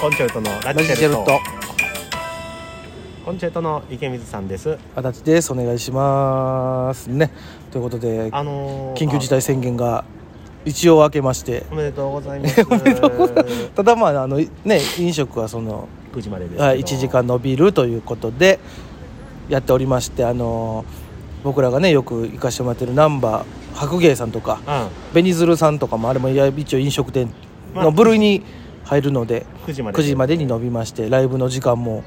コンチェルトのララジジチチェルェルトトコンチェルトの池水さんです足立ですお願いしますねということであのー、緊急事態宣言が一応明けましてあおめでとうございます ただまああのいね飲食はその9時までですけどはい1時間伸びるということでやっておりましてあの僕らがねよく行かしてもらってるナンバー白芸さんとかう紅鶴さんとかもあれもいや一応飲食店まあの部類に入るのでん9時まで9時までに伸びましてライブの時間も、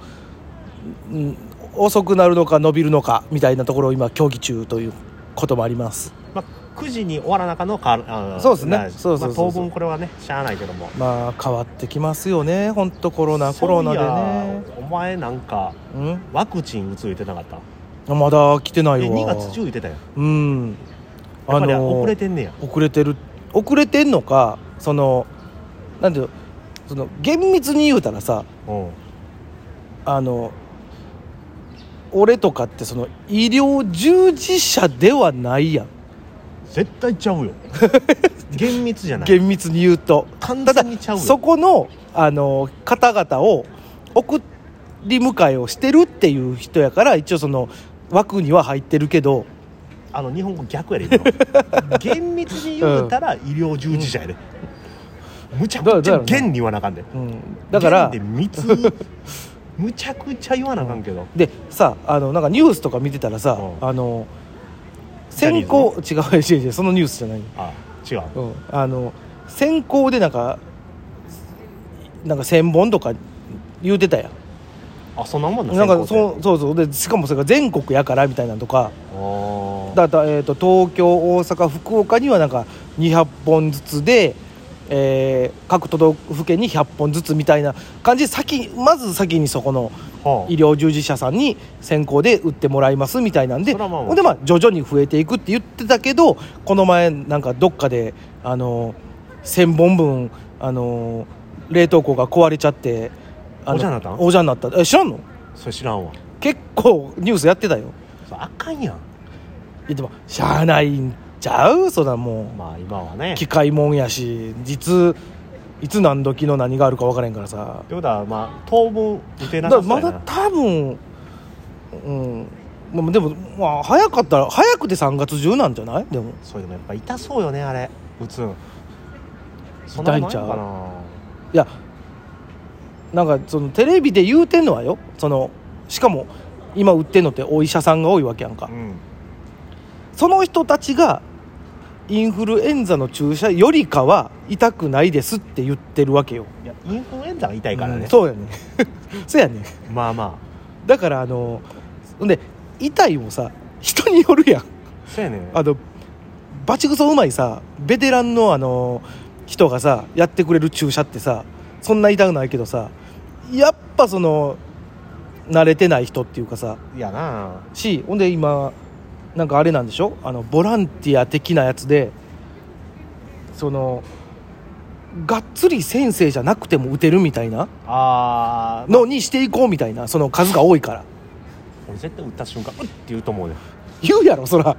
うん、遅くなるのか伸びるのかみたいなところを今協議中ということもありますまあ、9時に終わらなかのかあーそうですねなそうそうそうそうまあ、当分これはねしゃあないけどもまあ変わってきますよね本当コロナコロナでねそういやお前なんかうんワクチン打つ言ってなかったまだ来てないえわ2月中言ってたようんやっぱりー遅れてんねや遅れてる遅れてんのかそのなんていうのその厳密に言うたらさうんあの俺とかってその医療従事者ではないやん絶対ちゃ うよ厳密じゃない厳密に言うと完全にちゃうよそこのあの方々を送り迎えをしてるっていう人やから一応その枠には入ってるけどあの日本語逆やで今 の厳密に言うたら医療従事者やで、むちゃくちゃだだから厳に言わなあかんでうんだから厳で密にむちゃくちゃ言わなあかんけど、でさあのなんかニュースとか見てたらさ、うんあのジャニ先行違う違う違うそのニュースじゃない、あ違ううん、あの先行でなんかなんか1000本とか言うてたやんあそんなもんなんか先行そうそうそうでしかもそれが全国やからみたいなのとかってあーだだ、えー、と東京大阪福岡にはなんか200本ずつで、えー各都道府県に100本ずつみたいな感じで先まず先にそこのはあ医療従事者さんに先行で打ってもらいますみたいなんでそらまあほんでまあ徐々に増えていくって言ってたけどこの前なんかどっかであの1000本分あの冷凍庫が壊れちゃってあのおじゃんなったんおじゃんなったえ知らんのそれ知らんわ結構ニュースやってたよそれあかんやんいやでもしゃあないんちゃうそらもまあ今はねう機械もんやし実いつ何時の何があるか分からへんからさってことはまあ当分打てだなかさそうらやなまだ多分うんまあでも、まあ、早かったら早くて3月中なんじゃないでもそれでもやっぱ痛そうよねあれ打つんそ痛いんこちとゃうないのかないやなんかそのテレビで言うてんのはよそのしかも今売ってんのってお医者さんが多いわけやんかうんその人たちがインフルエンザの注射よりかは痛くないですって言ってるわけよいやインフルエンザが痛いからね、うんそうやね そうやねまあまだからあのほんで痛いもさ人によるやんあそうやねんあのバチクソうまいさベテランのあの人がさやってくれる注射ってさそんな痛くないけどさやっぱその慣れてない人っていうかさいやなしほんで今なんかあれなんでしょあのボランティア的なやつでそのがっつり先生じゃなくても打てるみたいなあーのにしていこうみたいなその数が多いから俺絶対打った瞬間「うっ!」って言うと思うね言うやろそら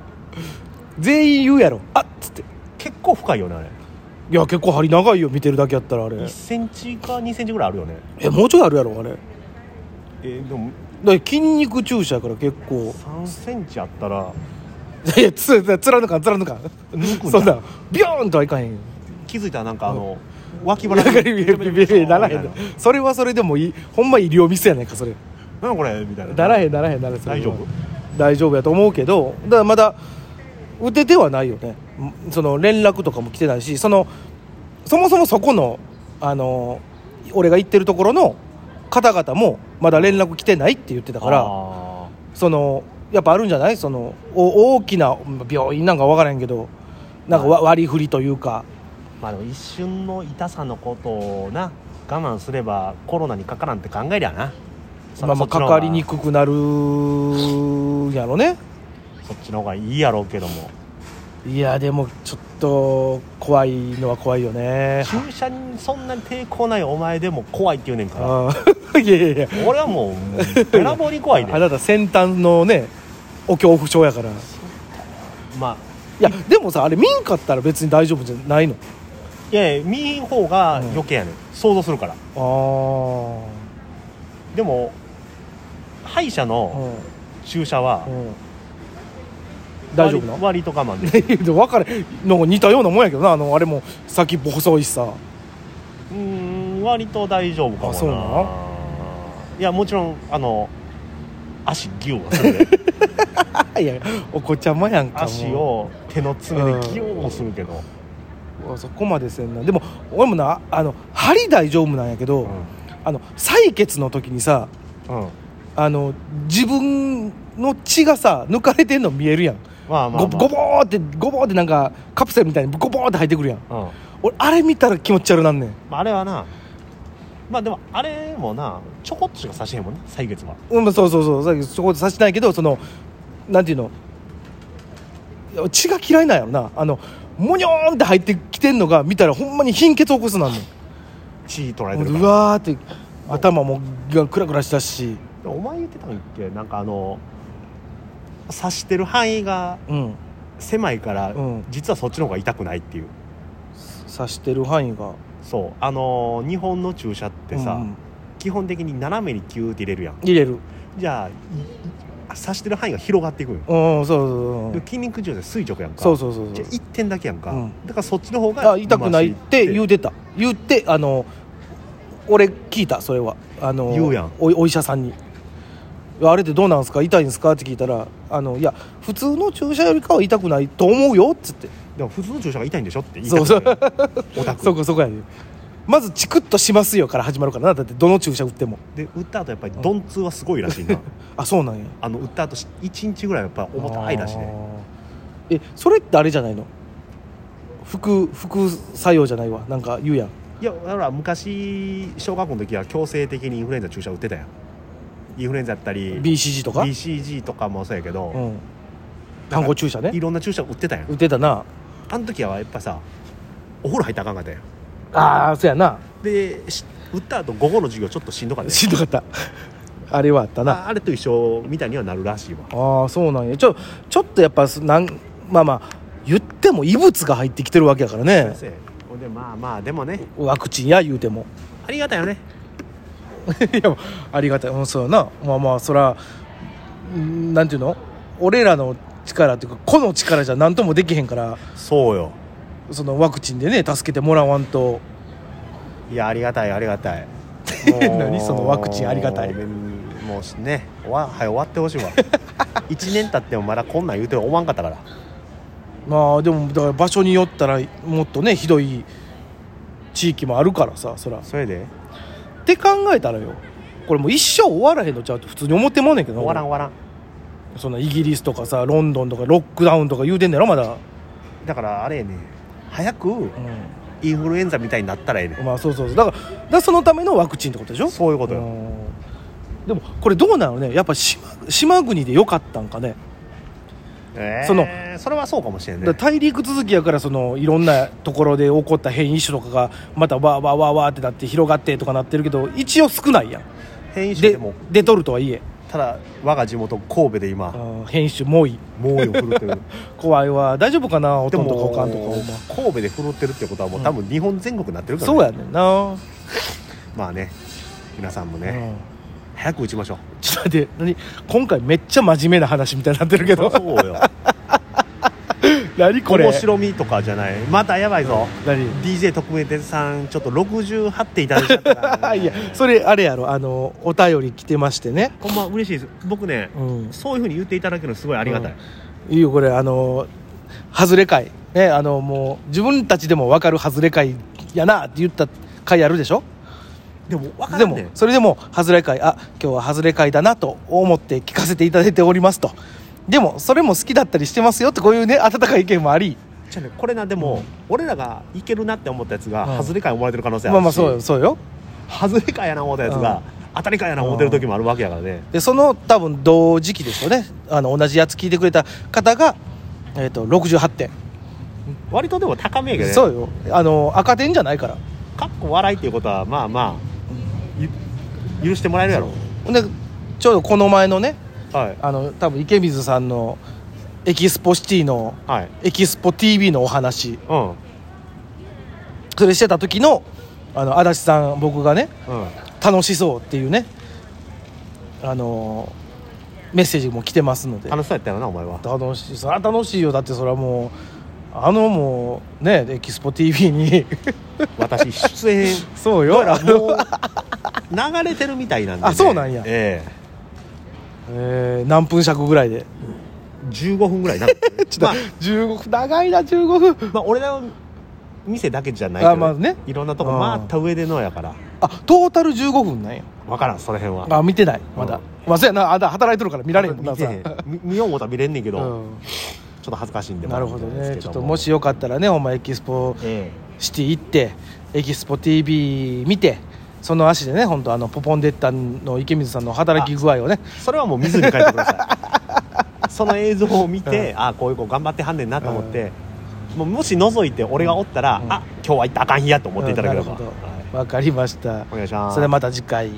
全員言うやろあっつって結構深いよねあれいや結構針長いよ見てるだけやったらあれ1センチか2センチぐらいあるよねえもうちょいあるやろあれだかえーでもら筋肉注射やから結構3センチあったらいやつ貫かん貫かん抜くんそんだなんビョーンとはいかへん気づいたらなんかあの、脇腹だがからビビビビならへなんんかそれはそれでもいいほんま医療ミスやないかそれこれみたいなならへんならへんならへんそれは大丈夫大丈夫やと思うけどだからまだ打ててはないよねんその連絡とかも来てないしそのそもそもそこのあの俺が行ってるところの方々もまだ連絡来てないって言ってたからあそのやっぱあるんじゃないそのお大きな病院なんか分からへんけどなんかわ割り振りというかーまあでも一瞬の痛さのことをな我慢すればコロナにかからんって考えりゃなそまあ、まそあっちのか方がかりにくくなるんやろねそっちの方がいいやろうけどもいやでもちょっと怖いのは怖いよね注射にそんなに抵抗ないお前でも怖いって言うねんからああ いやいやいや俺はもうもうべらぼうに怖いねあなた先端のねお恐怖症やからいまあやでもさあれ民家ったら別に大丈夫じゃないのいやいや見えへん方が余計やねん、想像するからあーでも歯医者うのん注射はうん大丈夫な割割と我慢で 分かれなんか似たようなもんやけどなあのあれも先っぽ細いしさうーん割と大丈夫かもあなそうなのいやもちろんあの足ギューはするで いやお子ちゃまやんかもう足を手の爪でギューはするけど、あそこまでせんなでも俺もなあの針大丈夫なんやけど、うあの採血の時にさんうんあの自分の血がさ抜かれてんの見えるやん、まあまあ、まあ、ごごぼーってごぼーってなんかカプセルみたいにごぼーって入ってくるやんうんま俺あれ見たら気持ち悪なんねんあ、あれはなまあでもあれもなちょこっとしか差しへんもんな歳月はうんそうそうそうさっきそこでさしてないけどそのなんていうのいや血が嫌いなんやろなあのモニョーンって入ってきてんのが見たらほんまに貧血起こすなんねん血取られてるからうわーって頭もがクラクラしたしでもお前言ってたんっけなんかあの刺してる範囲がうん狭いから、うん実はそっちの方が痛くないっていう刺してる範囲がそうあのー日本の注射ってさ、うんうん基本的に斜めにキューって入れるやん入れるじゃあいい刺してる範囲が広がっていくんよ、うんうんそうで筋肉注射って垂直やんかそうそうそうそうじそうゃあ1点だけやんか、うんだからそっちの方があ痛くないって言うてた言ってあの俺聞いたそれはあの言うやんおお医者さんに「あれってどうなんですか痛いんですか?」って聞いたら「あのいや普通の注射よりかは痛くないと思うよ」っつってでも普通の注射が痛いんでしょって言いたそくうそうなるオタクそこそこやねまずチクッとしますよから始まるからなだってどの注射打ってもで打った後やっぱり鈍痛はすごいらしいな、あそうなんやあの打った後1日ぐらいやっぱ重たいらしいねあーえそれってあれじゃないの副副作用じゃないわなんか言うやんいやだから昔小学校の時は強制的にインフルエンザ注射打ってたやんインフルエンザやったり BCG とか、 BCG とかもそうやけど、うん単語注射ねいろんな注射打ってたやん打ってたなあの時はやっぱさお風呂入ったらあかんかったやんああそうやなでし打った後午後の授業ちょっとしんどかったやんしんどかったあれはあったなああれと一緒みたいにはなるらしいわああそうなんやちょちょっとやっぱすなんまあまあ言っても異物が入ってきてるわけやからね先生ほんでまあまあでもねワクチンや言うてもありがたいよね いやありがたい、うん、そうやなまあまあそらうんなんていうの俺らの力っていうか個の力じゃ何ともできへんからそうよそのワクチンでね助けてもらわんといやありがたいありがたい 何そのワクチンありがたいもうもうね終わはい終わってほ しいわ1年経ってもまだこんなん言うてる思わんかったからまあでもだから場所によったらもっとねひどい地域もあるからさそらそれでって考えたらよこれもう一生終わらへんのちゃうって普通に思ってもんねんけど終わらん終わらんそのイギリスとかさロンドンとかロックダウンとか言うてんだろまだ、だからあれやね早くうインフルエンザみたいになったらええねん、まあそうそうそうだからだからそのためのワクチンってことでしょそういうことようんでもこれどうなのねやっぱ島島国でよかったんかねえーそのそれはそうかもしれんだねから大陸続きやからそのいろんなところで起こった変異種とかがまたわーわーわーわーってなって広がってとかなってるけど一応少ないやん変異種ででも出とるとはいえ、ただ我が地元神戸で今うん変異種猛威猛威を振る ってる怖いわ大丈夫かなおでとんもとかおかんとかお前神戸で振るってるってことはもう多分日本全国になってるから、そうやねんな、まあね皆さんもうね、ん早く打ちましょ うちょっと待って何今回めっちゃ真面目な話みたいになってるけどそうよ何これ面白みとかじゃないまたやばいぞ何 DJ 特命店さんちょっと68点いただいちゃったから いやそれあれやろあのお便り来てましてねほんま嬉しいです僕ね、うんそういうふうに言っていただけるのすごいありがたい、いいよこれあの外れ会ねあのもう自分たちでも分かる外れ会やなって言った回あるでしょでも分かでるもねそれでも外れ会あ今日は外れ会だなと思って聞かせていただいておりますとでもそれも好きだったりしてますよってこういうね温かい意見もありじゃあねこれなでも、俺らがいけるなって思ったやつが、うん外れかい思われてる可能性あるしまあまあそうよそうよ外れかいやな思ったやつが、うん当たりかいやな思ってる時もあるわけやからね、でその多分同時期ですよねあの同じやつ聞いてくれた方が、えー、と68点、割とでも高めやけどねそうよあの赤点じゃないからかっこ笑いっていうことはまあまあゆ許してもらえるやろほんでちょうどこの前のねはいあの多分池水さんのエキスポシティのはいエキスポ TV のお話うんそれしてた時のあの足立さん僕がねうん楽しそうっていうねあのメッセージも来てますので楽しそうやったよなお前は楽しいそりゃ楽しいよだってそれはもうあのもうねエキスポ TV に私出演 そうどようやらもう流れてるみたいなんで、ね、あそうなんやえ えー何分尺ぐらいで、え15分ぐらい なちょっまあ、 15分長いな15分まあ、俺らの店だけじゃないけど、あまあねいろんなとこ回った上でのやからあトータル15分なんや分からんその辺はあ見てないまだ、うんまあそうやなあんた働いてるから見られへんもんな見てへんみ見よう思ったら見れんねんけど、うんちょっと恥ずかしいんでなるほどねちょっとももし、しよかったらねほんまエキスポえシティ行ってエキスポ TV 見てその足でね本当あのポポンデッタンの池水さんの働き具合をねえそれはもう見ずに書いてくださ いその映像を見て、ああこういう子頑張ってはんねんなと思って、もうもし覗いて俺がおったら、うんあ今日は行ったらあかん日やと思っていただければ、うんなるはいほどわかりましたお願いしますそれではまた次回